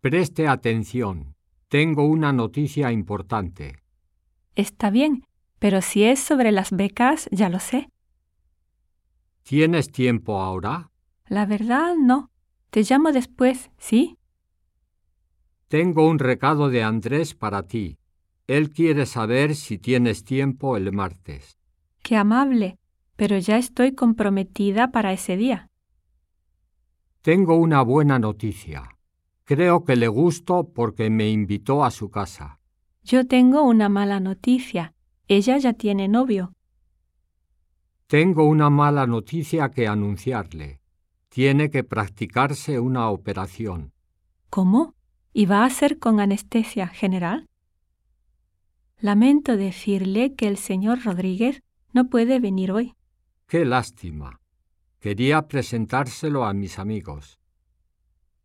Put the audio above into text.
Preste atención. Tengo una noticia importante. Está bien, pero si es sobre las becas, ya lo sé. ¿Tienes tiempo ahora? La verdad, no. Te llamo después, ¿sí? Tengo un recado de Andrés para ti. Él quiere saber si tienes tiempo el martes. Qué amable, pero ya estoy comprometida para ese día. Tengo una buena noticia. Creo que le gustó porque me invitó a su casa. Yo tengo una mala noticia. Ella ya tiene novio. Tengo una mala noticia que anunciarle. Tiene que practicarse una operación. ¿Cómo? ¿Y va a ser con anestesia general? Lamento decirle que el señor Rodríguez no puede venir hoy. Qué lástima. Quería presentárselo a mis amigos.